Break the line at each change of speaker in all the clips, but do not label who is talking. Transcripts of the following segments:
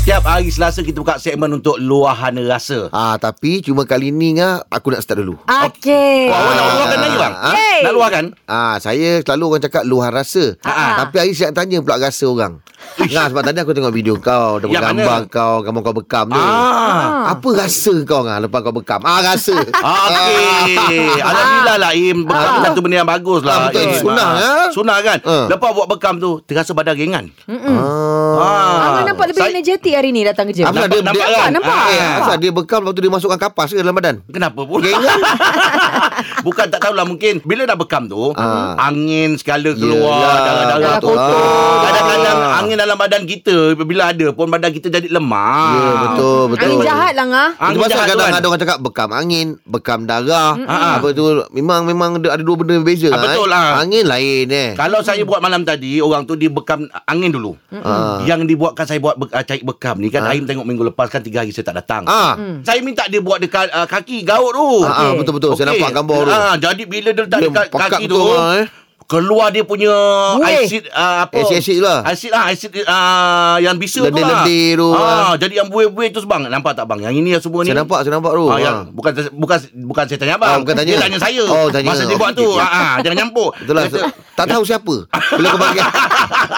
Setiap hari Selasa kita buka segmen untuk luahan rasa.
Ah tapi cuma kali ni ngah aku nak start dulu.
Okey.
Awak nak luahkan lagi bang?
Ah. Hey.
Nak luahkan?
Ah saya selalu orang cakap luahan rasa.
Ah.
Tapi hari saya nak tanya pula rasa orang. Ngah sebab tadi aku tengok video kau, ada
Yang
gambar
mana?
kau, gambar kau bekam tu.
Ya, Ah.
Apa rasa kau ngah lepas kau bekam? Ah rasa.
Ah, okey. Alhamdulillah lah Im Bekam ah. satu benda yang bagus lah
Ah, betul.
Im.
Sunnah,
Ah.
ya?
Sunnah kan
Ah. Hmm.
Lepas buat bekam tu Terasa badan ringan
Ah.
ah.
Abang nampak lebih energetik hari ni datang kerja.
Afzal,
nampak- nampak kan?
Nampak,
Eh,
nampak.
Afzal, dia bekam lepas tu dia masukkan kapas ke dalam badan.
Kenapa pula Bukan tak tahulah mungkin Bila dah bekam tu
Ah.
Angin segala keluar
Yelah,
Darah-darah
betul
kotor
lah.
Kadang-kadang angin dalam badan kita Bila ada pun Badan kita jadi lemah
Ya betul betul.
Angin jahat lah ngah.
Angin
Ah. Angin
Itu pasal
jahat tu
kadang
kan
ada orang cakap bekam angin, bekam darah,
Mm-mm.
apa tu memang memang ada ada dua benda yang berbeza
Ah, betul
eh.
lah.
Angin lain eh.
Kalau saya buat malam tadi Orang tu dibekam angin dulu
Ah.
Yang dibuatkan saya buat be- ah, cari bekam ni kan Aim tengok minggu lepas kan Tiga hari saya tak datang
Ah.
Saya minta dia buat dekat ah, kaki Gaut tu
Ah, ah, betul betul. Saya
Okey.
nampak gambar tu.
Ah, jadi bila dia letak
Dia
dekat
pekat
kaki tu,
betul orang, eh.
keluar dia punya
Buih.
asid ah, apa?
Asid-asid lah.
Asid lah, asid ah, yang bisa tu lah.
Lendir-lendir tu,
Ah, jadi yang buih-buih tu bang. Nampak tak bang? Yang ini yang semua ni.
Saya nampak, saya nampak tu.
Ah,
Ah,
yang, bukan bukan bukan saya tanya abang.
Ah, bukan tanya.
Dia tanya saya.
Oh, tanya.
Masa dia
Okey,
buat tu.
okey.
Ah, ah, jangan nyampuk.
Betul lah.
Dia kata,
Tak tahu siapa. Bila kau bagi.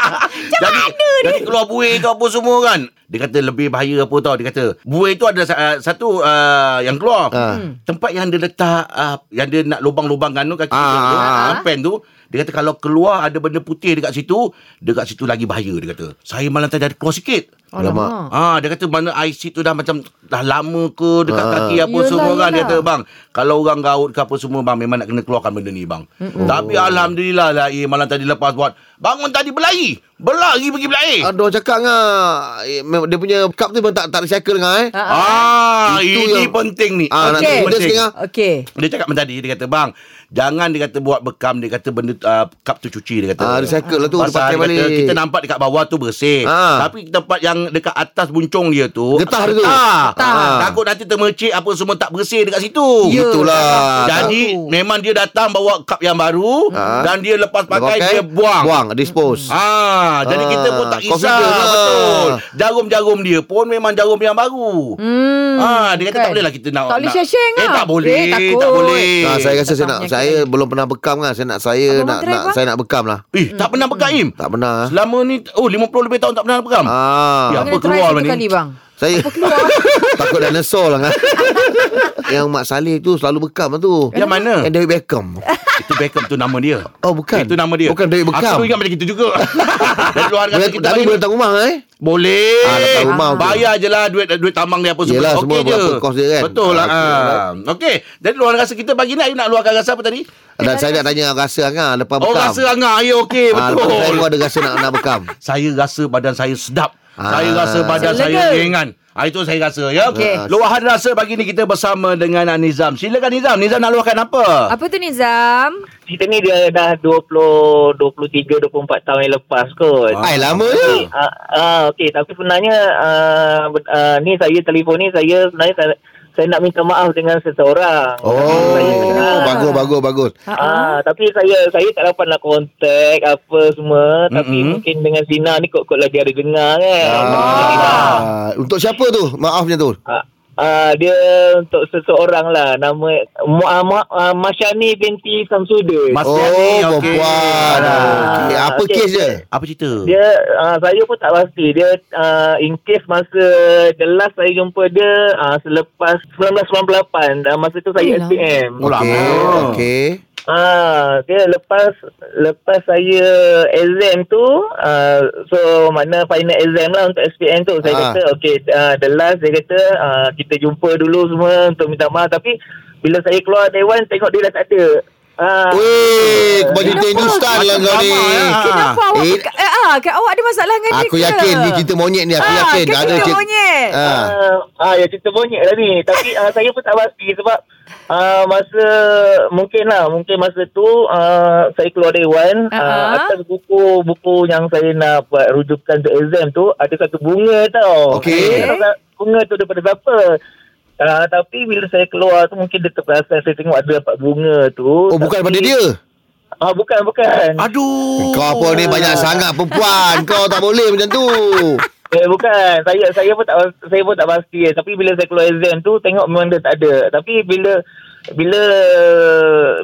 jadi, jadi keluar buih tu apa semua kan. Dia kata lebih bahaya apa tau. Dia kata buih tu ada uh, satu uh, yang keluar.
Ah.
Hmm. Tempat yang dia letak uh, yang dia nak lubang-lubangkan tu kaki
Ah.
tu, ah. pen tu. Dia kata kalau keluar ada benda putih dekat situ, dekat situ lagi bahaya dia kata. Saya malam tadi ada keluar sikit.
Alamak.
Alamak.
Ah, dia kata mana IC tu dah macam dah lama ke dekat
Ah.
kaki apa
Yelah,
semua kan dia
yelah.
kata bang kalau orang gaut ke apa semua bang memang nak kena keluarkan benda ni bang. Mm-mm. Tapi
Oh.
alhamdulillah lah eh, malam tadi lepas buat bangun tadi berlari. Berlari pergi belair.
Oh.
Ada orang cakap ngah eh, mem- dia punya cup tu memang tak tak recycle ngah eh.
Ah,
Itu
ini
yang-
penting ni.
Ah,
nak
Ini
tunggu
dia setengah.
Okey.
Dia cakap macam tadi dia kata bang jangan dia kata buat bekam dia kata benda uh, cup tu cuci dia kata.
Ah, recycle lah tu, dia
Pasal dia
pakai
kata,
balik.
kita nampak dekat bawah tu bersih.
Ah.
Tapi tempat yang dekat atas buncung dia tu
Getah dia tu.
Getah.
Ah. Takut nanti termercik apa semua tak bersih dekat situ.
Ya,
Itulah.
Jadi
tahu.
memang dia datang bawa cup yang baru
Ah.
dan dia lepas
Dia
pakai, dia buang.
Buang, dispose.
Ah, jadi kita pun tak
confident
kisah
lah.
betul. Jarum-jarum dia pun memang jarum yang baru.
Hmm.
Ah, dia kata
kan.
tak boleh lah kita nak.
Tak boleh
nak-
sharing
Eh,
lah.
tak boleh.
Eh, takut.
tak boleh.
Ah, saya rasa saya
Bekam
nak
penyakit
saya belum pernah bekam ngah. Saya nak saya
Abang
nak
try,
nak
bang.
saya nak bekam lah.
Eh, tak pernah pegang Im.
Tak pernah. eh.
Selama ni oh 50 lebih tahun tak pernah pegang.
Ah.
Ya.
Kena
Apa
try
keluar
satu
ni?
kali bang.
Saya takut dinosaur lah kan. Yang Mak Saleh tu selalu bekam lah tu.
Yang mana?
Yang David Beckham.
Itu Beckham tu nama dia.
Oh, bukan.
Itu nama dia.
Bukan David Beckham.
Aku ingat macam itu juga. Dari luar kata
Boleh,
kita
tapi
bagi-
boleh datang rumah eh.
Boleh.
Ah, datang rumah pun.
Bayar je lah duit duit tambang dia apa semua.
Yelah, semua
Okey je.
berapa kos dia kan?
Betul lah.
Ah, okey,
ah. Okey. Jadi luar rasa kita bagi ni Ayu nak luarkan rasa apa tadi?
Dan saya nak tanya rasa Angah lepas bekam.
Oh rasa angah. Ya okey
Ah, lepas saya
betul.
pun ada rasa nak nak bekam.
saya rasa badan saya sedap.
Ah.
Saya rasa badan
Saya
saya
lega.
ringan. Ah, itu saya rasa ya.
Okey.
Luahan rasa pagi ni kita bersama dengan ah, Nizam. Silakan Nizam. Nizam nak luahkan apa?
Apa tu Nizam?
Cerita ni dia dah 20, 23, 24 tahun yang lepas kot.
Ah.
Ai lama je.
Ah, ah okey tapi sebenarnya ah, ber- ah, ni saya telefon ni saya sebenarnya saya, saya nak minta maaf dengan seseorang. Saya
Oh,
tengah-
bagus bagus bagus.
Ah, tapi saya saya tak dapat nak kontak apa semua tapi
Mm-mm.
mungkin dengan Sina ni kot-kot lagi ada dengar kan.
Ah, untuk siapa tu? Maafnya tu.
Ah, ah, dia untuk seseorang lah nama Mu- ah, Ma, ah, Masyani binti Samsudin.
Mas-
Oh,
Asyani, okey.
perempuan.
Ah.
Okey, Apa
Okey.
kes dia?
Apa cerita?
Dia uh, saya pun tak pasti. Dia uh, in case masa the last saya jumpa dia uh, selepas 1998 dan masa tu saya
Alah.
SPM.
Oh, lama.
Okey, okey.
Ah, dia lepas lepas saya exam tu, ah, so mana final exam lah untuk SPM tu. Saya
Ah.
kata okay, ah, the last dia kata ah, kita jumpa dulu semua untuk minta maaf tapi bila saya keluar dewan tengok dia dah tak ada. Ah.
Weh, kau jadi Danny Star lah kau ni.
Lama, ya.
Kenapa
Ah.
awak
Eh.
beka- eh, ah, kan awak ada masalah dengan dia
Aku
ke?
yakin ni cerita monyet ni aku
Ah,
yakin
kan cerita
cer-
monyet.
Ah.
Ah, ah ya cerita monyet lah ni. Tapi ah, saya pun tak pasti sebab ah, masa mungkin lah mungkin masa tu ah, saya keluar dewan ah,
Uh-huh.
Ah.
atas buku buku yang saya nak buat rujukan untuk exam tu ada satu bunga tau.
Okey.
Saya tak tahu Bunga tu daripada siapa? Ah, tapi bila saya keluar tu mungkin dia terperasan saya tengok ada dapat bunga tu.
Oh, bukan
Tapi-
pada dia.
Ah bukan bukan.
Aduh.
Kau apa ni banyak sangat perempuan. Kau tak boleh macam tu.
Eh bukan. Saya saya pun tak saya pun tak pasti eh. Tapi bila saya keluar exam tu tengok memang dia tak ada. Tapi bila bila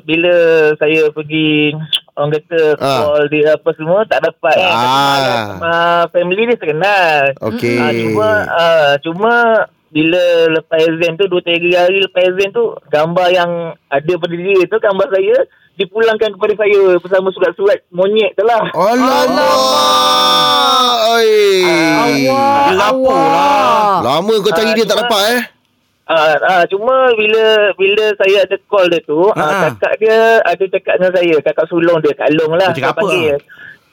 bila saya pergi orang kata
Ah.
call dia apa semua tak dapat eh. Tapi
Ah.
malam sama family dia terkenal.
Okey.
Ah, cuma ah, cuma bila lepas exam tu 2 3 hari lepas exam tu gambar yang ada pada dia tu gambar saya dipulangkan kepada saya bersama surat-surat monyet tu lah.
Oh. Alamak. Oi.
Awak.
Dia lapor
awak. Ah.
lah.
Lama kau cari dia tak dapat eh.
Ah, ah, cuma bila bila saya ada call dia tu, ah.
Ah.
kakak dia ada cakap dengan saya, kakak sulung dia, Kak Long lah.
Dia cakap
saya
apa?
panggil.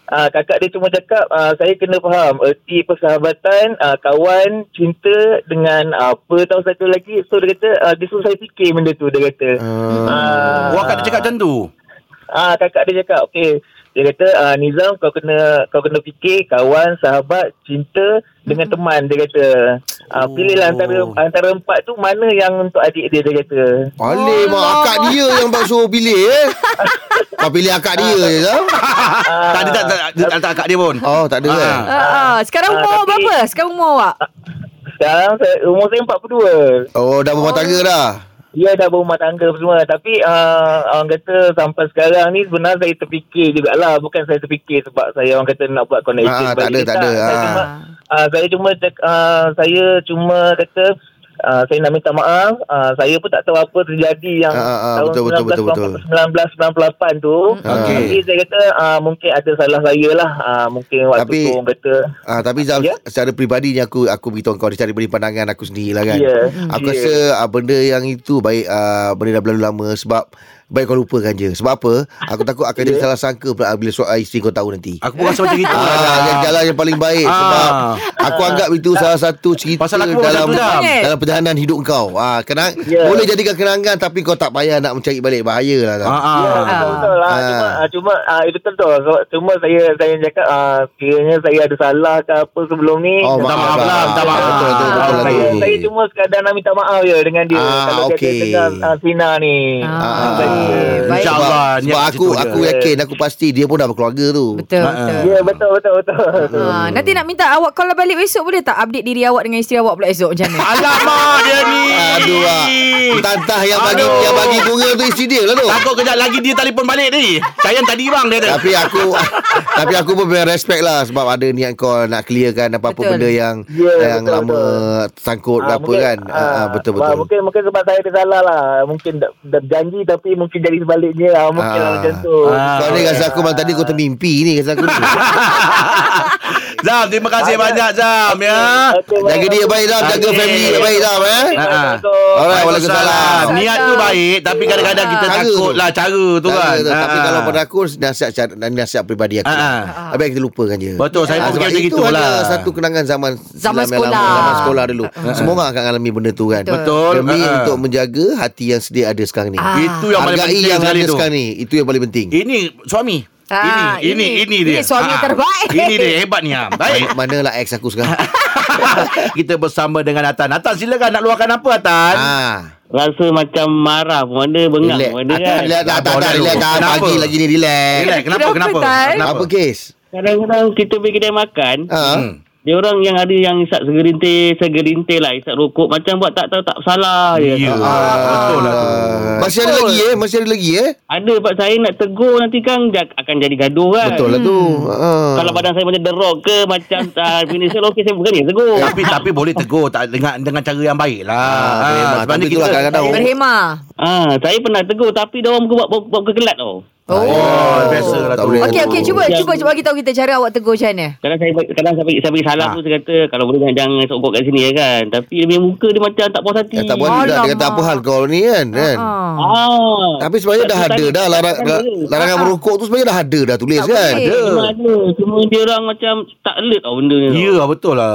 Ah, kakak dia cuma cakap, ah, saya kena faham erti persahabatan, ah, kawan, cinta dengan apa tahu satu lagi. So dia kata, ah, dia suruh saya fikir benda tu, dia kata. Ah.
Wah, kat dia cakap macam tu.
Ah kakak dia cakap okey. Dia kata ah, Nizam kau kena kau kena fikir kawan, sahabat, cinta dengan
Hmm.
teman dia kata. Ah
Oh.
pilihlah antara antara empat tu mana yang untuk adik dia dia kata.
Alim mak akak dia yang tak suruh pilih eh. Kau pilih akak dia je tau.
tak ada tak tak tak, tak, tak, dia pun.
Oh, tak ada kan.
Ah, ah. Sekarang umur awak
tapi-
berapa? Sekarang umur awak?
Sekarang saya, umur saya 42.
Oh, dah berumah tangga dah.
Dia dah berumah tangga apa semua tapi ah, orang kata sampai sekarang ni sebenarnya saya terfikir jugalah bukan saya terfikir sebab saya orang kata nak buat connection
Ah, tak
balik
ada,
ke
tak ada.
Saya
Ah.
cuma Ah, saya cuma cak- ah, saya cuma kata ah, saya nak minta maaf. Ah, saya pun tak tahu apa terjadi yang
Ah, ah,
tahun
betul, betul, betul, betul.
1998 tu.
Okey.
Tapi saya kata ah, mungkin ada salah saya lah. Ah, mungkin waktu
Tapi-
tu orang kata
Ah, tapi Zal,
Ya?
secara peribadinya aku aku beritahu kau secara pribadi pandangan aku sendiri lah kan.
Ya.
Aku
Ya.
rasa ah, benda yang itu baik ah, benda dah berlalu lama sebab baik kau lupakan je. Sebab apa? Aku takut akan
Ya.
jadi salah sangka pula bila soal isteri kau tahu nanti.
Aku pun rasa macam itu.
Ah, yang jalan yang paling baik
Ah.
sebab aku anggap itu salah satu cerita
Pasal aku pun
dalam
macam tu, Dam.
dalam perjalanan hidup kau. Ah, kenang
Ya.
boleh jadikan kenangan tapi kau tak payah nak mencari balik bahayalah. Dam.
Ah, ah.
Ya, betul-betul lah.
Ah.
Cuma, ah, cuma ah, itu betul. So, cuma saya saya cakap ah, kiranya saya ada salah ke apa sebelum ni.
Oh,
Minta maaf lah, minta maaf.
Betul betul betul, betul,
Ah, saya,
betul.
saya cuma sekadar nak minta maaf je dengan dia.
Ah,
kalau
okey.
dia dengar ah, Sina ni.
Ah,
baik.
baik.
Insya-
Sebab,
InsyaAllah,
sebab
niat
aku
situ
aku
je.
yakin aku pasti dia pun dah berkeluarga tu.
Betul,
Ah,
betul.
Ya, betul, betul, betul.
Ha, nanti nak minta awak call balik besok boleh tak? Update diri awak dengan isteri awak pula esok
Ah,
macam mana?
Alamak dia ni.
Aduh ah. Tantah yang bagi
Aduh.
yang bagi bunga tu isteri dia lah tu.
Takut kejap lagi dia telefon balik ni. Sayang tadi bang dia tu.
Tapi aku Tapi aku pun benar respect lah Sebab ada niat kau Nak clearkan apa-apa
Betul.
benda yang
Ya,
Yang
betul,
lama Sangkut
Ah,
apa kan Ah, ah,
bah,
Betul-betul
Mungkin mungkin sebab saya ada salah lah. Mungkin dah, dah janji tapi mungkin jadi sebaliknya. Ah, mungkin
Ah.
lah macam tu.
Ah.
Kau ni rasa aku malam tadi Kau termimpi ni Rasa aku ni
Zam, terima kasih banyak Zam ya.
Okey,
Jaga dia baik dah Jaga
Okey.
family dia baik dah eh
Ah, ah.
Assalamualaikum.
Alright Waalaikumsalam
Niat tu baik tapi kadang-kadang kita
Cara tu.
takut lah cara tu
Tak
kan.
ada, Tapi
Ah, ah.
kalau pada aku Nasihat, cara- nasihat peribadi aku
Ah, ah.
Tapi Habis kita lupakan je
Betul, saya pun fikir
sebab
macam
Itu
gitu
hanya
lah.
satu kenangan zaman silam yang
sekolah.
lama, Zaman sekolah dulu Semua orang akan alami benda tu kan
Betul.
Demi
Ah, ah.
untuk menjaga Hati yang sedia ada sekarang ni
itu yang paling
Hargai
penting
yang
sekali
ada
tu.
sekarang ni Itu yang paling penting
Ini suami.
Ah,
ini, ini, ini,
ini.
dia.
Ini suami
Ah,
terbaik.
Ini dia hebat ni. ah. Baik.
Mana lah ex aku sekarang
Kita bersama dengan Atan. Atan silakan nak luahkan apa Atan?
Ah,
Rasa macam marah pun ada Bengang
relax.
pun ada
Ah,
kan
Relax,
Dah
tak, tak, tak, relax.
dulu.
dah.
Kenapa?
Pagi lagi ni relax.
Relax. Kenapa?
Kenapa,
Kenapa?
Tan?
Kenapa?
Apa kes?
Kadang-kadang kita pergi kedai makan
Ha?
Hmm.
Dia orang yang ada yang isap segerintir Segerintir lah Isap rokok Macam buat tak tahu tak salah
Ya,
je
betul lah tu.
Ah, masih ada lagi eh? Masih ada lagi eh?
Ada pak saya nak tegur nanti kang ja- Akan jadi gaduh kan
Betul lah tu.
Hmm.
Ah.
Kalau badan saya macam derok ke Macam ah, tak Finish okey saya bukan ni tegur
Ya.
Tapi tapi boleh tegur tak dengan dengan cara yang baik lah.
Ah,
Ah,
memang.
sebab
Tapi
ni
itulah kadang-kadang orang-
Berhema.
Ah, Saya pernah tegur Tapi dia orang buat, buat, buat kekelat tau
Ah, ya.
Oh.
Oh, biasalah
Tak
tu.
boleh.
Okey, okey. Cuba,
Yang-
cuba, cuba bagi tahu kita cara awak tegur macam mana.
Kadang saya kadang saya bagi, saya bagi salam
Ah.
ha. tu saya kata kalau boleh jangan, jangan sokok kat sini ya kan. Tapi dia punya muka dia macam tak puas hati.
Eh, tak boleh juga. Dia kata
Alamak.
apa hal kau ni kan? kan?
Ah.
Ah.
Tapi sebenarnya dah ada dah larang, larangan merokok tu sebenarnya dah ada dah tulis
Tak
kan.
boleh.
Cuma ada. Cuma dia orang macam tak alert tau benda ni.
Ya, betul lah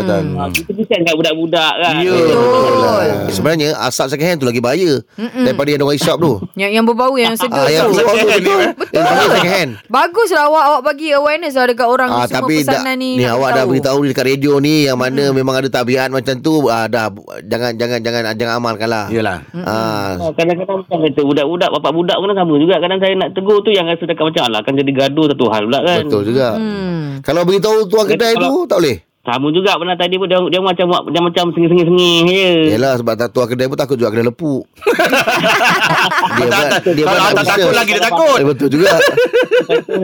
Atan.
Ha, kita kesian kat budak-budak kan.
Ya.
Eh,
Betul.
Sebenarnya asap lah. second hand tu lagi bahaya. Mm-mm. Daripada yang orang isap tu
Yang, yang berbau yang sedut
Ah, yang
tu.
isap tu
Second hand
betul
ni, eh.
Yang panggil second hand
Baguslah awak awak bagi awareness lah dekat orang
Ah,
semua
tapi dah,
pesanan ni.
ni
nak
awak dah
tahu.
beritahu ni dekat radio ni yang mana memang ada tabiat macam tu ah, dah bu- jangan jangan jangan jangan amalkan lah.
Ya.
Yalah.
Ah,
Ah, Kadang-kadang macam kata budak-budak, bapak budak pun sama juga. Kadang saya nak tegur tu yang rasa dekat macam alah kan jadi gaduh satu hal pula kan.
betul juga.
Hmm.
Kalau beritahu tuan kedai
Kalau-
tu tak boleh.
Sama juga pernah tadi pun dia, dia macam dia macam sengi-sengi-sengi je.
Hmm.
Yelah sebab tak tuan kedai pun takut juga kena lepuk. dia
Tak, tak,
dia
kalau
buat
tak
tak
takut
bisa.
lagi dia takut.
Eh, betul juga.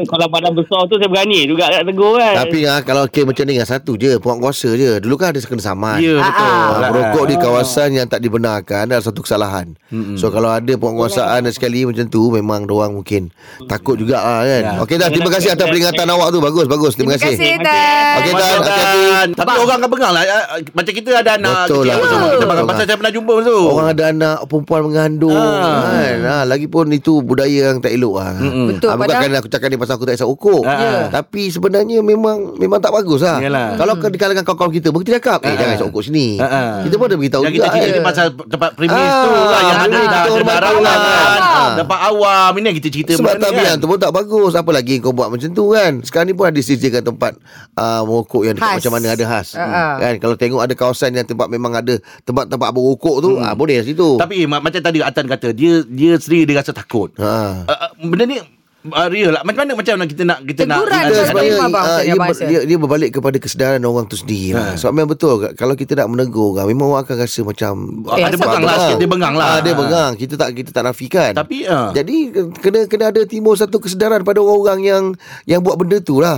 Kalau badan besar tu saya berani juga nak tegur kan.
Tapi ah, kalau kes macam ni yang satu je penguatkuasa je. Dulu kan ada kena saman.
Ya betul.
Ah,
Lah.
merokok di kawasan yang tak dibenarkan adalah satu kesalahan. Mm-hmm. So kalau ada penguasaan dan sekali macam tu memang orang mungkin takut juga lah kan.
Ya.
Okey dah terima kasih atas peringatan awak tu bagus bagus terima,
Terima kasih Tan.
Okey dah
Betul,
hati-hati.
Dan. Tapi orang akan bengang lah Eh, eh, Macam kita ada anak kecil
Betul lah.
apa semua. Kita
Ya.
bengang Pasal saya pernah jumpa masa tu
Orang ada anak perempuan mengandung
Ah.
kan. Ha, lagipun itu budaya yang tak elok lah.
Hmm.
Mm-hmm.
Betul,
bukan
padahal-
kerana aku cakap ni pasal aku tak isap ukur.
Ah, ah.
Tapi sebenarnya memang memang tak bagus lah.
Yalah.
Kalau mm. di kalangan kawan-kawan kita pun kita cakap, eh jangan isap ukur sini.
Ah, ah.
Kita pun ada beritahu
yang kita
juga.
cerita
kan.
ni pasal tempat premis
Ah,
tu lah yang ada
betul,
dah
betul,
ada
betul lah.
larangan
Ah.
tempat awam ini yang kita cerita
Sebab
benda ni
tabiat tu pun tak bagus Apa lagi kau buat macam tu kan Sekarang ni pun ada sediakan tempat uh, Merokok yang dekat
Khas.
macam mana ada khas
Ah, ah.
kan? Kalau tengok ada kawasan yang tempat memang ada Tempat-tempat berokok tu ah, Boleh situ
Hmm. Tapi eh, ma- macam tadi Atan kata dia dia sendiri dia rasa takut.
ha.
Uh, uh, benda ni uh, real lah. Macam mana macam mana kita nak kita nak
Teguran
nak-
tu
kita
nak-
sebagai
sebenarnya
Terima, abang,
ah,
Ustaz
dia, ber,
Abbas.
dia, dia berbalik kepada kesedaran orang tu sendiri
Ha.
lah. Sebab memang betul k- kalau kita nak menegur orang memang orang akan rasa macam
Eh, ada bengang lah sikit, dia bengang lah.
Ah, dia bengang. Kita tak kita tak nafikan.
Tapi, ah.
jadi ke- kena kena ada timbul satu kesedaran pada orang-orang yang yang buat benda tu lah.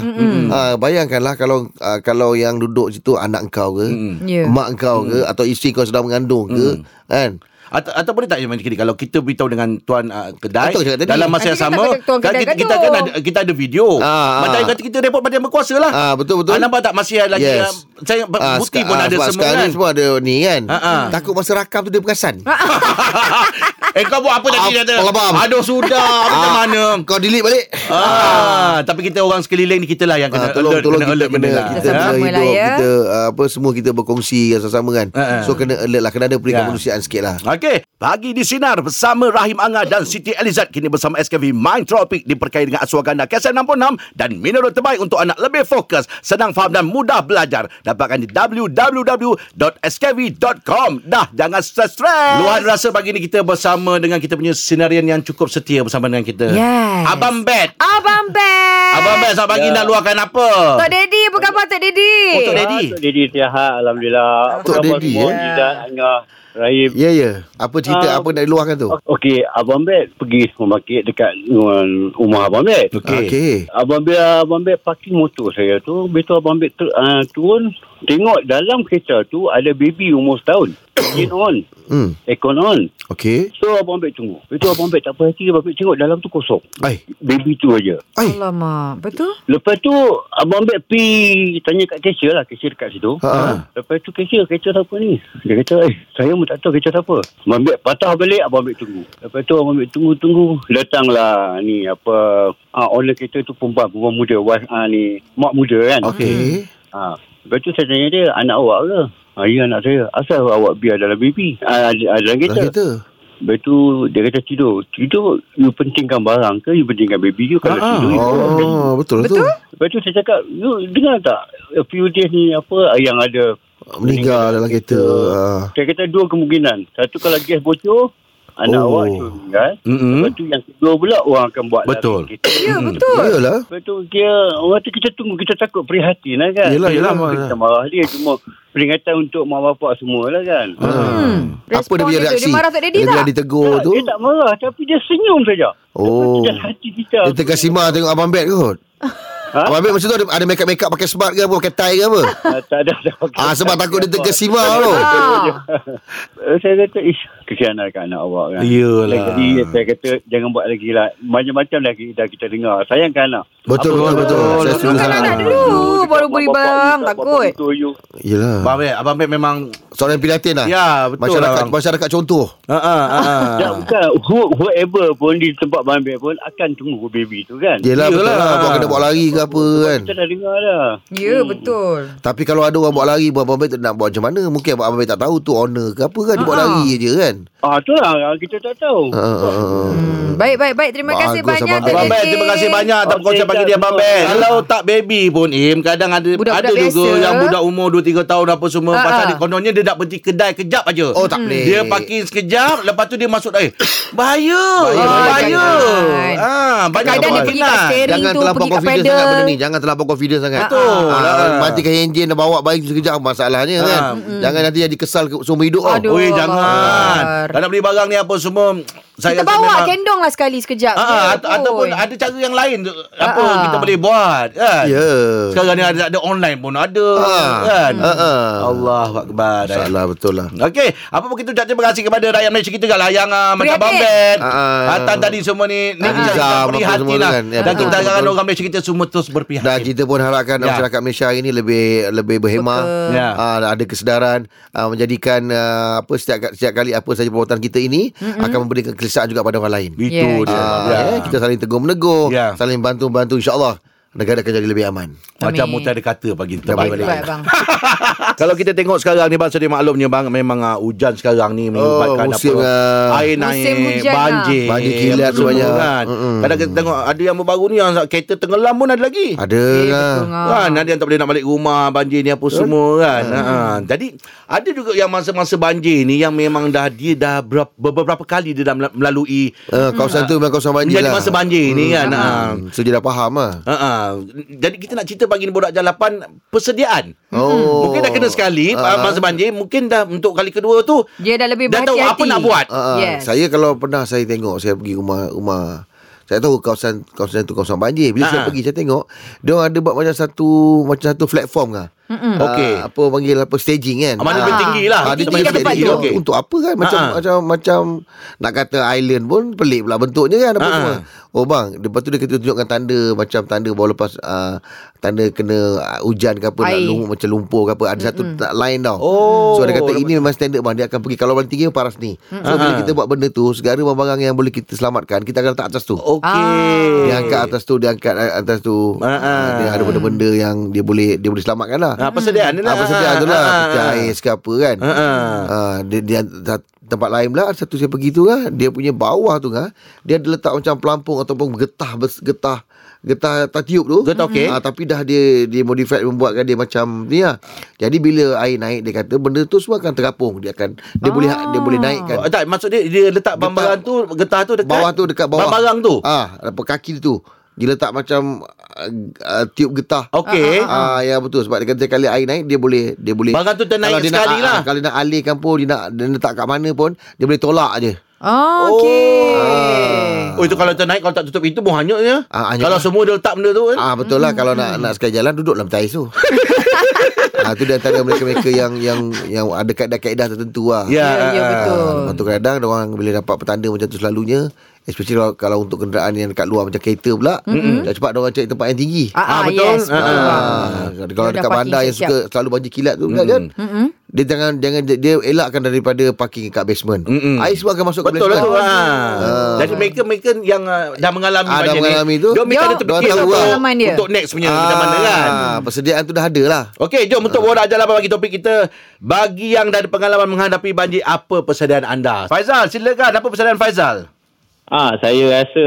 Ah, bayangkanlah kalau ah, kalau yang duduk situ anak kau ke,
Ya.
mak kau ke atau isteri kau sedang mengandung ke, kan?
atau, atau boleh tak macam ni kalau kita beritahu dengan tuan uh, kedai
Betul cakap tadi.
dalam masa yang
Nanti kita
sama
kata tuan
kan
kedai
kita, kita
gaduh.
kan ada, kita ada video
"Oh." Ah,
macam
ah.
yang kata kita report pada yang berkuasa lah
Ah, betul, betul.
ah, nampak tak masih lagi
Yes.
yes. saya
Ah,
bukti
seka-
pun
ah,
ada
sebab
semua
sekarang
kan
ni semua ada ni kan.
Ah, ah.
Takut masa rakam tu dia perasan.
eh kau buat apa tadi
Ah,
dia kata
pelabam.
aduh sudah macam
Ah,
mana
Kau delete balik.
Ah, tapi kita orang sekeliling ni kita lah yang kena
Ah, tolong
alert, kena
tolong kita
alert
kena
benda lah.
kita
Kita
kena
sama
hidup
lah, ya.
kita ah, apa semua kita berkongsi yang sama-sama kan.
Ah, ah.
So kena alert lah kena ada perikatan
Ya.
kemanusiaan sikit lah.
Okey, pagi di sinar bersama Rahim Anga dan Siti Elizad kini bersama SKV Mind Tropic diperkaya dengan Aswagandha Kesem 66 dan mineral terbaik untuk anak lebih fokus, senang faham dan mudah belajar. Dapatkan di www.skv.com. Dah jangan stres-stres. Luar rasa pagi ni kita bersama dengan kita punya sinarian yang cukup setia bersama dengan kita.
Yes.
Abang Bet.
Abang Ben.
Abang Bet selamat pagi nak luahkan apa?
Tok Daddy apa khabar Tok Daddy?
Untuk Daddy.
Tok Daddy sihat Alhamdulillah Apa
Tok
khabar
Daddy,
semua?
eh?
Izzat, Angah Rahim
Ya ya. Apa cerita
Ah.
apa nak diluahkan tu?
Okey Abang Bet pergi supermarket dekat um, rumah Abang Bet
Ah,
Okey.
Abang Bet, Abang Bet parking motor saya tu Habis tu Abang Bet ter, uh, turun Tengok dalam kereta tu ada baby umur setahun Engine on
Hmm.
Aircon on
Okey.
So Abang Bet tunggu Habis tu Abang Bet tak perhati Abang Bet tengok dalam tu kosong
Ai.
Baby tu aja
Ai.
Alamak, betul?
Lepas tu Abang Bet pi Tanya kat cashier lah Cashier dekat situ
Ha.
Lepas tu cashier Kereta siapa ni Dia kata eh Saya pun tak tahu kereta siapa Abang Bet patah balik Abang Bet tunggu Lepas tu Abang Bet tunggu-tunggu Datanglah Ni apa ah, Owner kereta tu perempuan Perempuan muda wife, ah, ni Mak muda kan
Okey.
ah, Lepas tu saya tanya dia Anak awak ke Ah, ya anak saya Asal awak biar dalam baby ah, ada- ada Dalam
Dah
kereta
kita.
Lepas tu Dia kata tidur Tidur You pentingkan barang ke You pentingkan baby you Kalau
Ah,
tidur you
Ha, Oh, betul tu.
Lepas tu saya cakap You dengar tak A few days ni apa Yang ada
Meninggal dalam kereta. Ah.
Saya kata dua kemungkinan Satu kalau gas bocor Anak oh.
Oh.
awak tu meninggal
Mm-mm.
Lepas tu yang kedua pula Orang akan buat
Betul.
lari kita.
Ya, betul.
Yalah.
Lepas tu dia Orang tu kita tunggu Kita takut prihatin lah kan
Yelah, yelah,
Kita tak marah dia Cuma peringatan untuk mak bapak semua lah kan
Hmm.
Apa dia
Respon
punya
tu,
reaksi?
Dia marah Tok Daddy
Dia
tak?
ditegur
Tak,
Ah. Oh, tu.
Ah, Dia tak marah Tapi dia senyum saja
Oh.
Dia hati kita
Dia tengah sima tengok abang bed kot.
Ha?
Abang bed masa tu ada, ada make up make up pakai smart ke apa pakai tie ke apa?
Ah, Tak ada tak ada.
ah sebab takut dia tergesima tu.
Ah.
Eh, saya kata ish kesian lah kat anak awak kan
Yelah.
jadi saya kata jangan buat lagi lah macam-macam dah kita, dah kita dengar sayangkan lah. anak
Betul betul betul. Saya setuju.
Dulukan anak
sangat.
dulu. Baru beri bang. Takut.
you.
Yelah.
Abang Bet, Abang Bet memang
Seorang yang prihatin lah
Ya, betul
Masyarakat,
lah.
masyarakat contoh
Ha ah
Tak, bukan Who- whoever pun di tempat ambil pun akan tunggu baby tu kan.
Yelah, betul
Yelah.
lah Buat kena buat lari ke apa kan
Kita dah dengar dah.
Ya betul
Tapi kalau ada orang buat lari Buat abang baik nak buat macam mana Mungkin abang baik tak tahu tu Honor ke apa kan Dia buat
Ha-ha.
lari je kan
Ah tu lah kita tak tahu.
Ha, ha, ha, ha.
Hmm, Baik baik baik Terima
Bagus,
kasih banyak
Abang
Kak
Abang Ben,
Jackie.
terima kasih banyak atas
Okey,
perkongsian pagi
Kak.
dia Abang Ben. Kalau tak baby pun Im, kadang ada
Ah. Budak-budak
ada juga
biasa.
yang budak umur 2 3 tahun apa semua
Ha,
pasal
ha.
dia kononnya dia nak berhenti kedai kejap aja.
Oh, tak boleh.
Dia parking sekejap, lepas tu dia masuk eh. Bahaya. Bahaya.
Oh,
bahaya.
jangan.
Ah, banyak
Kadang dia pergi kat
kemungkinan.
steering
Jangan
tu
terlampau
Pergi kat
confident sangat
pedal
benda ni Jangan terlampau confident sangat
Betul. lah.
Ah, Matikan enjin dan bawa baik tu sekejap Masalahnya
Ah,
kan Jangan nanti jadi kesal ke- seumur hidup tau.
Aduh.
Oi,
Aduh,
jangan.
Akbar.
Kalau Ah, nak beli barang ni apa semua saya
Kita
rasa
bawa
memang-
kendong lah sekali sekejap
Ah, ah,
je
at-
pun.
ataupun ada cara yang lain tu, apa
Ah, ah.
kita boleh buat kan.
Ya
Sekarang ni ada ada online pun ada
Ah.
kan.
Ah, ah.
Allahu akbar.
Salah betul lah
Okey, apa pun kita ucap terima kasih kepada rakyat Malaysia kita kan lah yang uh, macam
Prihatin.
Bang Ben.
Ah, ah.
Hatan tadi semua ni ni
Ah,
kita
Nizam, apa
berhati
semua tu
lah.
kan.
Dan
Ya, betul,
kita
betul,
harapkan
betul.
orang Malaysia kita semua terus berpihak.
dan kita pun harapkan
Ya.
masyarakat Malaysia hari ini lebih lebih berhemah,
Betul. Ya.
ah, ada kesedaran, ah, menjadikan ah, apa setiap setiap kali apa saja perbuatan kita ini akan memberikan kelesaan juga pada orang lain.
Itu
Ya,
dia.
Ah,
Ya.
eh, kita saling tegur menegur,
Ya.
saling bantu bantu insya-Allah negara akan jadi lebih aman.
Macam
Amin.
Muta ada kata pagi ni
Terbaik.
terbaik.
Baik bang
Kalau kita tengok sekarang ni bangsa dia maklumnya bang memang uh, hujan sekarang ni menyebabkan
musim,
apa
ah,
air naik
Musim hujan
banjir
lah. Banjir kilat
apa semua
banyak.
kan.
Mm-mm.
Kadang kita tengok ada yang baru ni yang kereta tenggelam pun ada lagi.
Ada
Eh,
lah.
betul ngah.
Kan ada yang tak boleh nak balik rumah banjir ni apa semua kan.
Hmm.
Ha. Jadi ada juga yang masa-masa banjir ni yang memang dah dia dah berapa, beberapa kali dia dah mela- melalui
Ah, kawasan tu memang kawasan banjir
menjadi
lah.
masa banjir ni kan. Ha.
Hmm, so dia dah faham lah.
Ha. Ha. Jadi kita nak cerita bagi ni borak jalapan persediaan.
Oh.
Mungkin dah kena sekali uh,
Ah.
masa banjir, mungkin dah untuk kali kedua tu
Dia dah lebih
dah tahu
berhati-hati.
apa nak buat.
Ah, ah.
Yes.
Saya kalau pernah saya tengok saya pergi rumah rumah saya tahu kawasan kawasan tu kawasan banjir. Bila saya
Ah.
pergi saya tengok dia orang ada buat macam satu macam satu platform kan. Ah,
Okey.
apa panggil apa staging kan.
Ah, mana lebih tinggi lah.
Ah, dia
Tinggi
tinggi
kat tempat
tinggi
tu.
Okey. Untuk apa kan macam
Ah, ah.
macam macam nak kata island pun pelik pula bentuknya kan apa
Ah, ah.
semua. Oh bang, lepas tu dia kata tunjukkan tanda macam tanda baru lepas ah, tanda kena ah, hujan ke apa nak
Air.
lumpur macam lumpur ke apa ada satu tak line tau.
Oh.
So dia kata ini memang standard bang dia akan pergi kalau paling tinggi paras ni. So
Ah,
bila kita buat benda tu segala barang yang boleh kita selamatkan kita akan letak atas tu.
Okey.
Dia angkat atas tu, dia angkat ah, atas
Oh.
tu.
Ah, ah.
Dia ada benda-benda yang dia boleh dia boleh selamatkan lah.
Ha, persediaan ni lah.
Apa sedia tu lah
Ah, ah,
Pecah
ah.
ais ke apa kan
Ah, ah.
Ah, dia, dia, ta- Tempat lain pula Satu saya pergi tu kan Dia punya bawah tu kan Dia ada letak macam pelampung Ataupun getah bes- Getah Getah tak tiup tu
Getah okey.
Ah, Tapi dah dia Dia modified Membuatkan dia macam ni lah Jadi bila air naik Dia kata benda tu semua akan terapung Dia akan Dia boleh Dia boleh naikkan
Oh, tak, maksud dia dia letak barang-barang tu, getah tu dekat
Bawah tu dekat bawah
Barang-barang tu.
Ah, apa kaki tu Dia letak macam uh, uh, Tiup getah
Okey.
Ah, ya betul sebab dia kata kali air naik dia boleh dia boleh
Barang tu ternaik
Kalau dia
sekali
nak,
lah.
ah, Kalau dia nak alihkan pun dia nak dia letak kat mana pun dia boleh tolak je.
Ah, Okey
Eh. Oh, itu kalau ternaik, kalau tak tutup pintu pun hanyut je.
Ah, hanyut
Kalau
lah.
semua dia letak benda tu kan.
Ah betul lah kalau nak
Hmm.
nak sekali jalan duduk dalam tais tu. ah tu di antara mereka-mereka yang yang yang ada kaedah-kaedah tertentu lah.
Ya,
Ya, ya, betul.
Ah, Lepas tu kadang orang bila dapat petanda macam tu selalunya Especially kalau, kalau untuk kenderaan yang dekat luar macam kereta pula mm-hmm. Cepat orang cari tempat yang tinggi
Ah, ah,
betul.
yes,
Hmm. Ah,
betul, bang.
Ah, kalau
Dia
dekat
dah
bandar
parking
yang
siap-siap.
suka selalu banjir kilat tu mm. kan.
Hmm.
Mm-hmm. Dia jangan jangan dia- dia elakkan daripada parking kat basement.
Mm-mm.
Air semua akan masuk
Hmm, Betul
ke
lah tu.
basement.
Ha. Jadi mereka-mereka yang uh, dah mengalami
Ah, dah
banjir
mengalami
ni,
tu.
Dia mereka
Dia-
ada terfikir
dia tahu
apa
pengalaman dia.
untuk next punya macam mana kan.
Ah, Persediaan tu dah ada lah.
Okey, jom untuk borak jalan bagi topik kita bagi yang dah ada pengalaman menghadapi banjir apa persediaan anda? Faizal, silakan apa persediaan Faizal?
Ah, saya rasa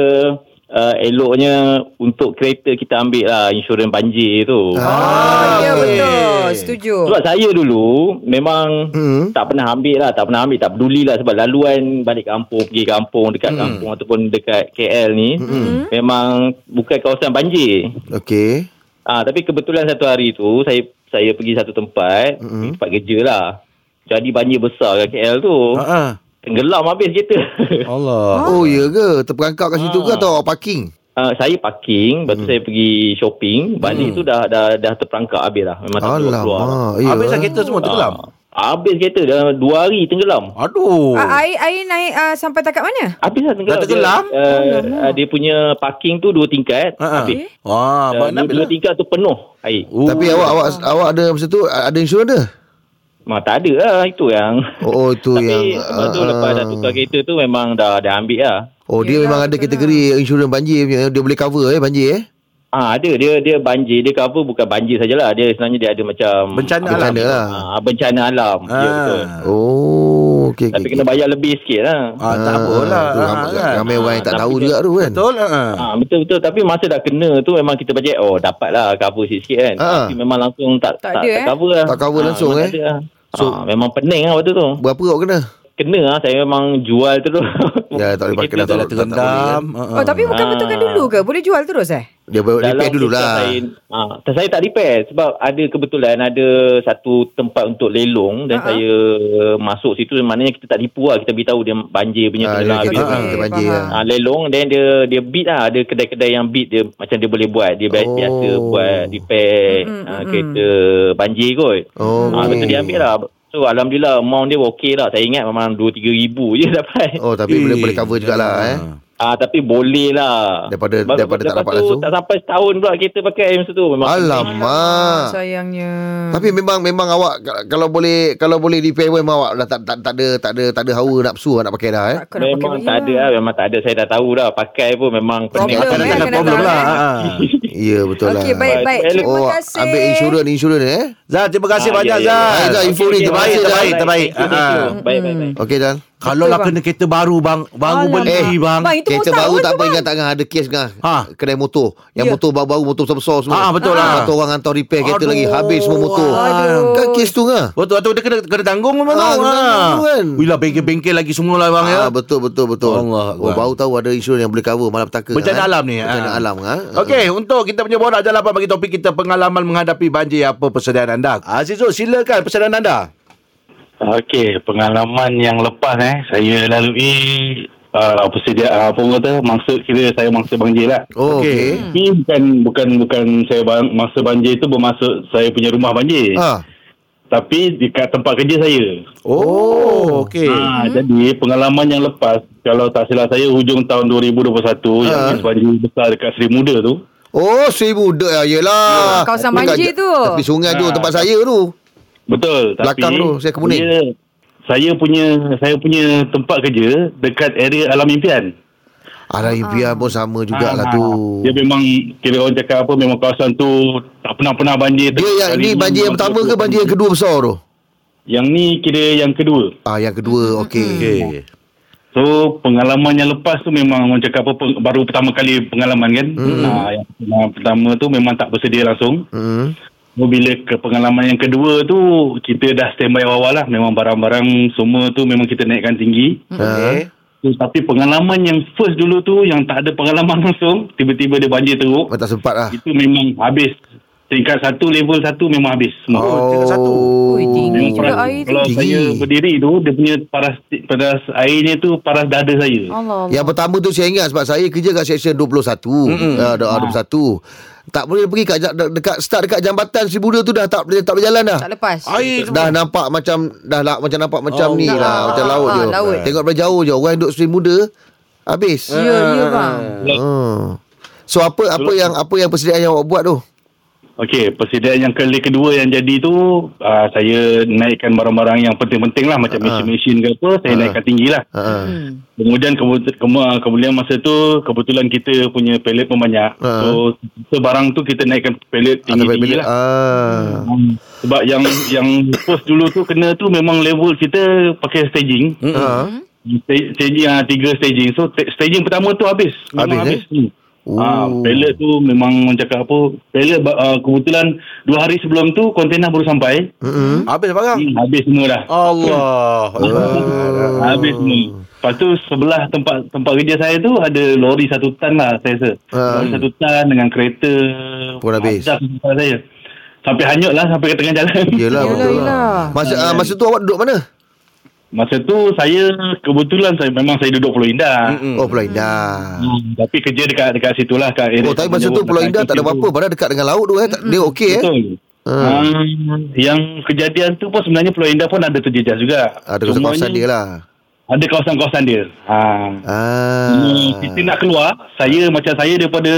uh, eloknya untuk kereta kita ambil lah insurans banjir tu.
Ah, Ya
okey.
betul Setuju
Sebab saya dulu memang hmm. tak pernah ambil lah, tak pernah ambil, tak peduli lah sebab laluan balik kampung, pergi kampung, dekat hmm. kampung ataupun dekat KL ni hmm. memang bukan kawasan banjir.
Okey.
Ah, tapi kebetulan satu hari tu saya saya pergi satu tempat, mm-hmm. tempat kerja lah. Jadi banjir besar kat KL tu.
Ha.
Tenggelam habis kereta.
Allah.
Oh, ya ke? Terperangkap kat situ ke atau awak parking?
Ah, saya parking, lepas tu saya pergi shopping, balik tu dah dah dah terperangkap habis lah. Memang tak keluar. keluar. lah
Alamak. Ya.
Habislah lah kereta semua tenggelam.
Ah, habis kereta dalam dua hari tenggelam.
Aduh.
Ah, Air air naik ah, sampai takat mana?
Habis lah tenggelam.
Dah tenggelam?
Dia, uh, dia punya parking tu dua tingkat.
Ha.
Habis.
Wah,
Ah,
baik nak
dua, dua tingkat tu penuh air.
Oh.
Tapi awak awak awak ada masa tu ada insurans dia?
Mak, tak ada lah itu yang
Oh, oh, itu
Tapi
yang,
lepas tu
ah,
lepas dah tukar kereta tu memang dah dah ambil lah
Oh dia
Yelah,
memang ada
betul
kategori insurans banjir punya dia boleh cover eh banjir eh.
Ah ada dia dia banjir dia cover bukan banjir sajalah dia sebenarnya dia ada macam
Bencana
apa,
alam. Bencana lah.
Ah bencana alam. Ah. Ya betul.
Ah.
Oh okey okey.
Tapi kena bayar lebih sikit lah.
Ah, tak apalah.
tu
Ah,
ramai, lah.
kan.
ramai orang yang tak
Tapi
tahu
dia-
juga tu kan.
Betul. ah.
Ah betul betul tapi masa dah kena tu memang kita bajet oh dapatlah cover sikit-sikit kan.
Ah.
Tapi memang langsung tak
Tak
tak, tak,
ada, eh?
cover lah.
Tak cover
Ah,
langsung,
memang
eh?
tak ada lah.
So-
ah, memang pening lah waktu tu.
Berapa awak kena?
Kena lah saya memang jual terus.
Ya tak boleh pakai
Kita
dah.
Dah lah
tak- tak- tak boleh kan.
terendam. Ah, ah.
Oh tapi bukan
Ah.
betulkan dulu ke? Boleh jual terus eh?
Dia
Dalam
boleh repair lah.
kereta
dululah.
Saya, ha, saya tak repair sebab ada kebetulan ada satu tempat untuk lelong dan
Ha-ha.
uh-huh. saya masuk situ maknanya kita tak tipu lah. Kita beritahu dia banjir punya
Ah,
tu
dia
lah.
kereta
Dia,
habis.
kita banjir lah.
Faham.
ha, lelong dan dia dia beat lah. Ada kedai-kedai yang beat dia macam dia boleh buat. Dia
Oh.
oh. biasa buat repair
Mm-mm,
mm ha,
mm-mm.
kereta banjir kot.
Oh.
Ha, lepas tu dia ambil lah. So Alhamdulillah amount dia okey lah. Saya ingat memang 2-3 ribu je dapat.
Oh tapi boleh boleh cover jugalah eh.
Ah tapi boleh lah.
Daripada-
Lepas-
daripada tak
lepas
dapat
tu,
langsung.
Tak sampai setahun pula kereta pakai masa tu. Memang
Ah,
Alamak.
sayangnya.
Tapi memang memang awak ka- kalau boleh kalau boleh repair pun memang awak dah tak tak, tak ada tak ada tak ada hawa nafsu lah nak pakai dah eh.
Takkan nak pakai
Memang
baju
tak ada
lah.
lah. Memang tak ada. Saya dah tahu dah. Pakai pun memang pening.
Problem,
Akan
eh,
datang
akan
problem
datang,
lah.
eh.
ah, ah.
Ya betul lah.
Okey baik baik.
Baik,
Terima
Oh,
kasih.
ambil insurans insurans eh.
Zal, terima kasih
Ah,
banyak
ya, ya, ya.
Zal.
Ah, Zal, info ni terbaik,
terbaik, terbaik. Ah.
Baik, baik, baik.
Okey Dal.
Kalau lah
bang.
kena kereta baru bang, baru
Alamak.
Eh.
beli bang.
Bang itu
Kereta
pun
baru tak apa
tu, bang.
ingat tak kan ada kes kan.
Ha.
Kedai motor. Yang
Ya.
motor baru-baru motor besar-besar semua.
Ah, betul lah.
Satu orang hantar repair kereta
Aduh.
lagi habis semua motor.
Aduh.
Kan kes tu kan.
Betul betul dia kena kena tanggung memang
Ah,
ah, tu.
kena tanggung
Ah.
kan.
Wila bengkel-bengkel lagi semua lah bang ya.
Ah, betul betul betul.
Allah
oh,
Akbar.
baru tahu ada insurans yang boleh cover malapetaka.
Bencana
kan, eh?
alam ni.
Bencana
ah.
alam kan.
Okey, untuk kita punya borak jalan bagi topik kita pengalaman menghadapi banjir apa persediaan anda. Azizul silakan persediaan
Hmm.
anda.
Okey, pengalaman yang lepas eh saya lalui uh, apa sedia uh, apa orang kata maksud kira saya mangsa banjir lah.
Oh,
Okey.
okey.
Ni bukan bukan bukan saya bang, masa banjir tu bermaksud saya punya rumah banjir.
Ah.
Tapi dekat tempat kerja saya.
Oh, okey.
Ha, jadi pengalaman yang lepas kalau tak silap saya hujung tahun 2021 yang
Ah.
kes banjir besar dekat Seri Muda tu.
Oh, seribu dah ya, yelah.
Ya, kawasan
Dekat-
banjir tu.
Tepi sungai tu
Ah.
tempat saya tu.
Betul.
Belakang
tapi
tu, saya kemuning.
Dia, saya punya saya punya tempat kerja dekat area Alam Impian.
Ah.
Alah, impian pun sama jugalah
Ah,
lah tu.
Dia memang kira orang cakap apa memang kawasan tu tak pernah-pernah banjir.
Dia yang
Sekali
ni banjir yang
memang
pertama ke
betul-betul
banjir yang kedua besar tu?
Yang ni kira yang kedua.
Ah, yang
Hmm,
kedua. Okey.
Okey.
So pengalaman yang lepas tu memang orang cakap apa peng- baru pertama kali pengalaman kan. Hmm. Ha, yang pengalaman pertama tu memang tak bersedia langsung.
Hmm.
So, bila ke pengalaman yang kedua tu kita dah standby awal-awal lah memang barang-barang semua tu memang kita naikkan tinggi.
Hmm.
Okey.
So, tapi pengalaman yang first dulu tu yang tak ada pengalaman langsung tiba-tiba dia banjir teruk.
Tak sempat lah.
Itu memang habis. Tingkat satu, level satu memang habis. Semua.
Oh, tingkat satu.
Ui, tinggi
Memang
juga
paras.
air tu.
Kalau
Tinggi.
saya berdiri tu, dia punya paras, paras airnya tu paras dada saya.
Allah Allah.
Yang pertama tu saya ingat sebab saya kerja kat section 21. Mm-hmm. Uh,
Ah.
21. Tak boleh pergi kat ja- dekat start dekat jambatan Sri Buda tu dah tak boleh tak boleh jalan dah.
Tak lepas.
Air
Dah nampak macam dah la, macam nampak macam
Oh,
ni
dah.
lah, macam laut
Ah,
je.
laut.
Tengok dari jauh je orang duduk Sri Muda habis.
Ya ya bang.
Hmm. So apa apa yang apa yang persediaan yang awak buat tu?
Okey, persediaan yang kali kedua yang jadi tu, uh, saya naikkan barang-barang yang penting-penting lah.
Ah,
Macam mesin-mesin ke apa, saya naikkan tinggi lah.
Ha. Uh-huh.
Kemudian kebut- kema- kemudian masa tu, kebetulan kita punya pallet pun banyak.
Ah.
So, sebarang tu kita naikkan pallet tinggi-tinggi lah.
Ah.
Hmm. Sebab yang yang post dulu tu kena tu memang level kita pakai staging. Hmm.
Ha.
Staging ah tiga staging. So ta- staging pertama tu habis. Memang habis.
Habis,
habis.
Oh.
Ah, pallet tu memang orang cakap apa? Pallet ba- ah, kebetulan dua hari sebelum tu kontainer baru sampai.
Mm-hmm.
Habis barang.
Hmm, habis semua dah.
Oh.
Ah,
Allah.
Habis semua. Lepas tu sebelah tempat tempat kerja saya tu ada lori satu tan lah saya rasa.
Ah.
Lori satu tan dengan kereta.
Pun habis.
Mazda tempat saya. Sampai hanyut lah sampai ke tengah jalan.
Yelah,
Yelah,
betul
yelah.
lah. Masa ah, masa tu awak duduk mana?
Masa tu saya kebetulan saya memang saya duduk Pulau Indah. Mm-hmm.
Hmm.
Oh, Pulau Indah.
Hmm, tapi kerja dekat dekat situ lah kat area
Oh, tapi masa
Tanjung
tu Pulau
Pinang,
Indah tak ada
situ.
apa-apa padahal dekat dengan laut tu eh. Tak- Dia okey eh.
Betul.
Ah.
Hmm, yang kejadian tu pun sebenarnya Pulau Indah pun ada terjejas juga.
Ada kawasan-kawasan dia lah.
Ada kawasan-kawasan dia. Ha.
Ah.
Hmm, kita nak keluar, saya macam saya daripada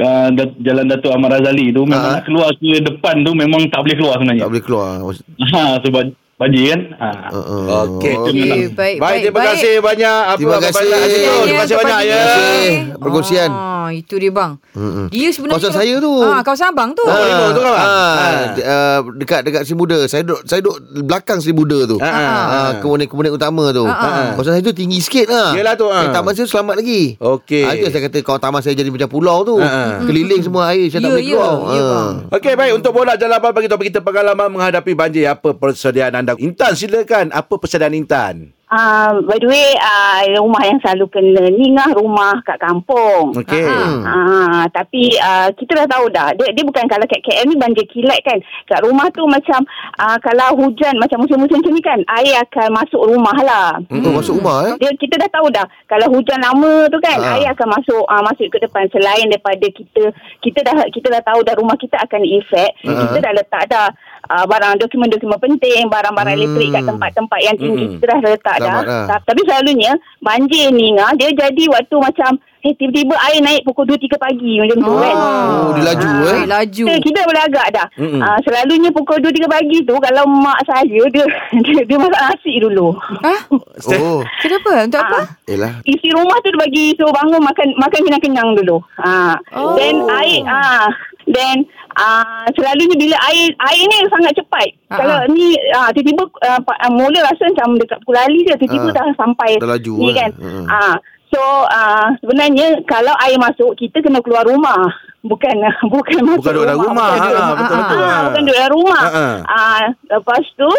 uh, Dat- Jalan Datuk Ahmad Razali tu memang
Ah.
nak keluar ke depan tu memang tak boleh keluar sebenarnya.
Tak boleh keluar. Maksud-
Ha sebab banjir kan. Ha.
Uh, uh.
Okey.
Okey,
Baik,
baik,
baik, terima kasih banyak. Apa,
Terima kasih.
Eh,
Terima kasih,
Daniel,
terima kasih
untuk
banyak
pagi
ya.
ni.
Eh, perkongsian.
Ah, itu dia bang.
Mm-mm.
Dia sebenarnya
Kawasan saya tu.
Ah, kawasan abang tu.
Ah. Tengok tu kan, bang?
Ah,
Ah.
d- ah, dekat dekat Sri Muda. Saya duduk saya duduk belakang Sri Muda tu.
Ah, ah,
Ah, komponen-komponen utama tu.
Ah,
Ha. Kawasan saya tu tinggi sikit lah.
Yelah tu, ah.
Air taman saya selamat lagi.
Okey.
Ah, itu yang saya kata kawasan taman saya jadi macam pulau tu. Hmm.
Ah, ah.
Keliling semua air saya tak boleh
Ya, ya,
keluar.
ya,
Ah.
bang.
Okey baik untuk bola jalan abang bagi topik kita pengalaman menghadapi banjir apa persediaan anda Intan silakan apa persediaan Intan
Ah, by the way, ah, rumah yang selalu kena ni ngah rumah kat kampung.
Okey
Ah.
Ah, tapi ah, kita dah tahu dah dia, dia bukan kalau kat KL ni banjir kilat kan kat rumah tu macam ah, kalau hujan macam musim-musim macam ni kan air akan masuk rumah lah
Oh, masuk rumah eh.
dia Ya, kita dah tahu dah kalau hujan lama tu kan
Ah.
air akan masuk ah, masuk ke depan selain daripada kita kita dah kita dah tahu dah rumah kita akan efek
Ha.
kita dah letak dah ah, barang dokumen-dokumen penting barang-barang
Hmm.
elektrik kat tempat-tempat yang tinggi
Mm-mm.
kita dah letak dah
Selamat lah.
Ta- tapi selalunya banjir ni ngah dia jadi waktu macam eh tiba-tiba air naik pukul 2 3 pagi macam tu kan
Ah.
Oh, dia laju
Ah.
eh.
Baik, laju.
Kita, kita boleh agak dah.
Mm-mm.
Ah, selalunya pukul 2 3 pagi tu kalau mak saya dia dia, dia masak nasi dulu.
Ah,
Oh,
kenapa? Untuk apa?
yalah.
Isi rumah tu dia bagi suruh bangun makan makan kenyang-kenyang dulu. Ha. Oh.
Oh.
Then air ah then ah selalunya bila air air ni sangat cepat.
Ah,
Uh-huh. Kalau
ah.
ni ah tiba-tiba ah, pa- ah, mula rasa macam dekat pukul ali je tiba-tiba
Ha.
Ah.
uh, dah sampai
Dah laju,
ni
eh.
kan.
Mm-mm.
Ah so ah sebenarnya kalau air masuk kita kena keluar rumah. Bukan bukan masuk
bukan duduk dalam rumah
bukan
ha,
duduk dalam
ha, betul
Ah,
betul
Ah,
ha.
bukan duduk dalam rumah.
Ah, ah.
Ah, lepas tu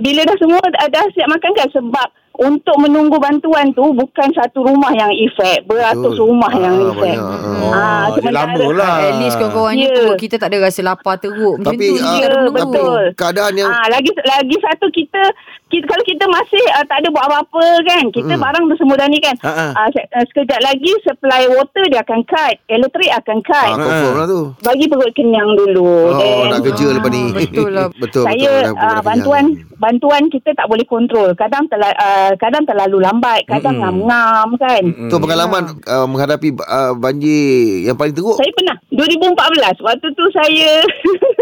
bila dah semua dah, dah siap makan kan sebab untuk menunggu bantuan tu bukan satu rumah yang efek, beratus
Betul.
rumah yang
Ah,
efek.
banyak, ah,
ah. Ah, dia lama lah.
At least korang-korang ni
Ya.
perut kita tak ada rasa lapar teruk. Macam
Tapi
tu kita
ah,
Ya,
kena menunggu.
tapi
betul.
keadaan yang
Ah, lagi lagi satu kita, kita kalau kita masih uh, tak ada buat apa-apa kan, kita
Hmm.
barang tu semua dah ni kan.
Ha, ha.
Ah, se- ah, sekejap lagi supply water dia akan cut, elektrik akan cut.
ah, confirm lah tu.
Bagi perut kenyang dulu.
Oh,
then-
nak kerja
Ah,
lepas ni.
betul lah.
betul,
saya
betul. Dah-
uh,
dah
bantuan
kenyang.
bantuan kita tak boleh kontrol. Kadang terla, uh, kadang terlalu lambat, kadang
Mm-mm.
ngam-ngam kan.
Hmm.
Tu pengalaman
Ya.
uh, menghadapi uh, banjir yang paling teruk.
Saya pernah 2014 waktu tu saya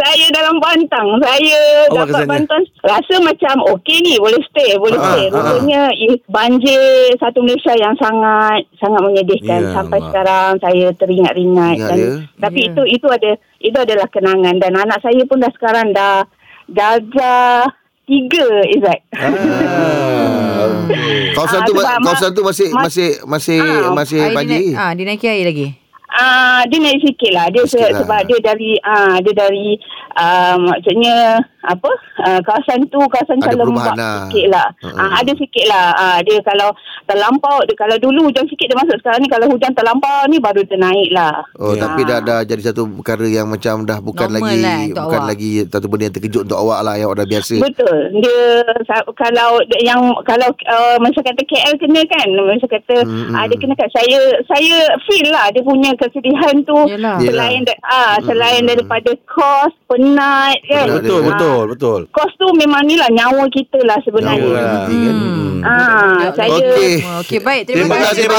saya dalam pantang. Saya
Awak
dapat
kesannya?
bantuan rasa macam okey ni boleh stay, boleh
Ah,
stay.
ah,
Rupanya eh, banjir satu Malaysia yang sangat sangat menyedihkan
Ya
sampai
Allah.
sekarang saya teringat-ingat
Ingat
dan
ya?
tapi
Ya.
itu itu ada itu adalah kenangan dan anak saya pun dah sekarang dah darjah tiga Izzat.
Ah, okey.
Kawasan
Ah,
tu
sebab mak-
kawasan tu masih
mak-
masih masih
Ah,
masih
Air dia
banjir.
naik- Ah, dia naiki air lagi.
Ah, dia naik sikit lah. Dia
Sikit
se-
lah.
sebab dia dari ah dia dari ah, maksudnya apa? Ah, kawasan tu kawasan
Ada
kalau lembab
perubahan lah.
sikit lah.
Mm-mm.
Ah, ada sikit lah. Ah, dia kalau terlampau dia kalau dulu hujan sikit dia masuk sekarang ni kalau hujan terlampau ni baru dia naik lah.
Ya.
Oh
Ah.
tapi dah dah jadi satu perkara yang macam dah bukan
Normal
lagi
lah untuk
bukan
awak.
lagi satu benda yang terkejut untuk awak lah yang awak dah biasa.
Betul. Dia sa- kalau dia- yang kalau uh, macam kata KL kena kan. Macam kata
Mm-mm.
mm-hmm. uh, dia kena kat saya saya feel lah dia punya kesedihan tu
Yelah.
Ya.
selain da- ah selain
Mm-mm.
daripada kos, penat kan.
Penat
betul
dia-
betul betul Ah.
Kos tu memang ni lah nyawa kita lah sebenarnya.
Nyawa lah. penting kan?
Hmm.
Ah, saya
Okey.
okay.
Okey, baik. Terima,
Terima kasih banyak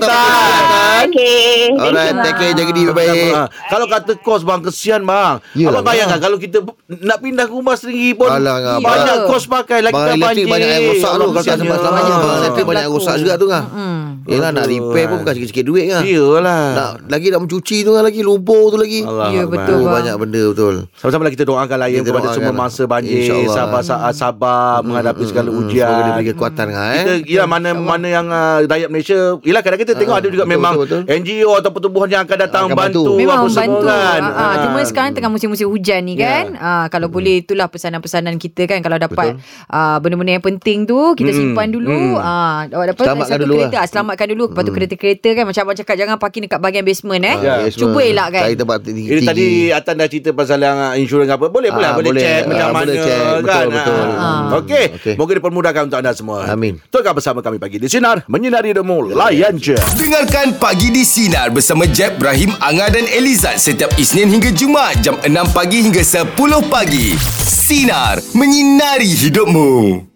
banyak.
Intan
Okay.
Alright, take care jaga diri baik-baik.
Ah, Kalau kata kos bang kesian bang.
Yelah,
Abang bayangkan kalau kita nak pindah ke rumah sendiri pun
Alah, abang.
banyak kos pakai lagi
Barang
dah
elektrik
banjir.
banyak yang rosak tu
Allah
Kalau tak
kesiannya.
sempat selamat
Banyak
Barang
rosak
elektrik banyak yang
berlaku.
rosak juga tu kan
Mm-mm.
Yelah nak
Betul. Ya.
repair pun bukan sikit-sikit duit kan
Iyalah.
nak, Lagi nak mencuci tu kan lagi Lumpur tu lagi
Allah
Ya,
Akbar.
betul.
Oh,
bang.
banyak benda betul
Sama-sama lah kita doakan layan
Kita
kepada
doakan Hmm,
semua
lah.
masa banjir,
InsyaAllah.
sabar saat sabar menghadapi segala ujian.
Semoga dia beri kekuatan kan eh?
Ya. kita ya. ialah mana mana yang uh, rakyat Malaysia ialah kadang kita tengok ada juga
Ah, betul,
memang
betul,
NGO atau pertubuhan yang akan datang
Akan bantu.
bantu,
Memang
apa semua
membantu
kan.
kan. Ha,
Ah.
Cuma sekarang tengah musim-musim hujan
Ya.
ni kan ha, Kalau
Hmm.
boleh itulah pesanan-pesanan kita kan Kalau dapat ah, benda-benda yang penting tu Kita simpan dulu ah, Awak dapat
Hmm. Selamatkan
satu
dulu lah. Hmm.
kereta ah, Selamatkan dulu Lepas tu kereta-kereta kan Macam abang cakap Jangan parking dekat bahagian basement eh
Ah, yes,
Cuba
bang.
elakkan
Cari tempat tinggi,
Ini tadi Atan dah cerita pasal yang ah, insurans apa. Boleh pula
Ah,
boleh,
boleh.
check
Ah,
macam mana
boleh check. Betul,
kan.
betul.
Ah.
Ah.
Okey.
Okey.
Moga dipermudahkan untuk anda semua.
Amin. Ya,
Tukar bersama kami pagi di sinar menyinari demo layan je.
Dengarkan Pagi di Sinar bersama Jeb, Ibrahim, Anga dan Elizad setiap Isnin hingga Jumaat jam 6 pagi hingga 10 pagi. Sinar, menyinari hidupmu.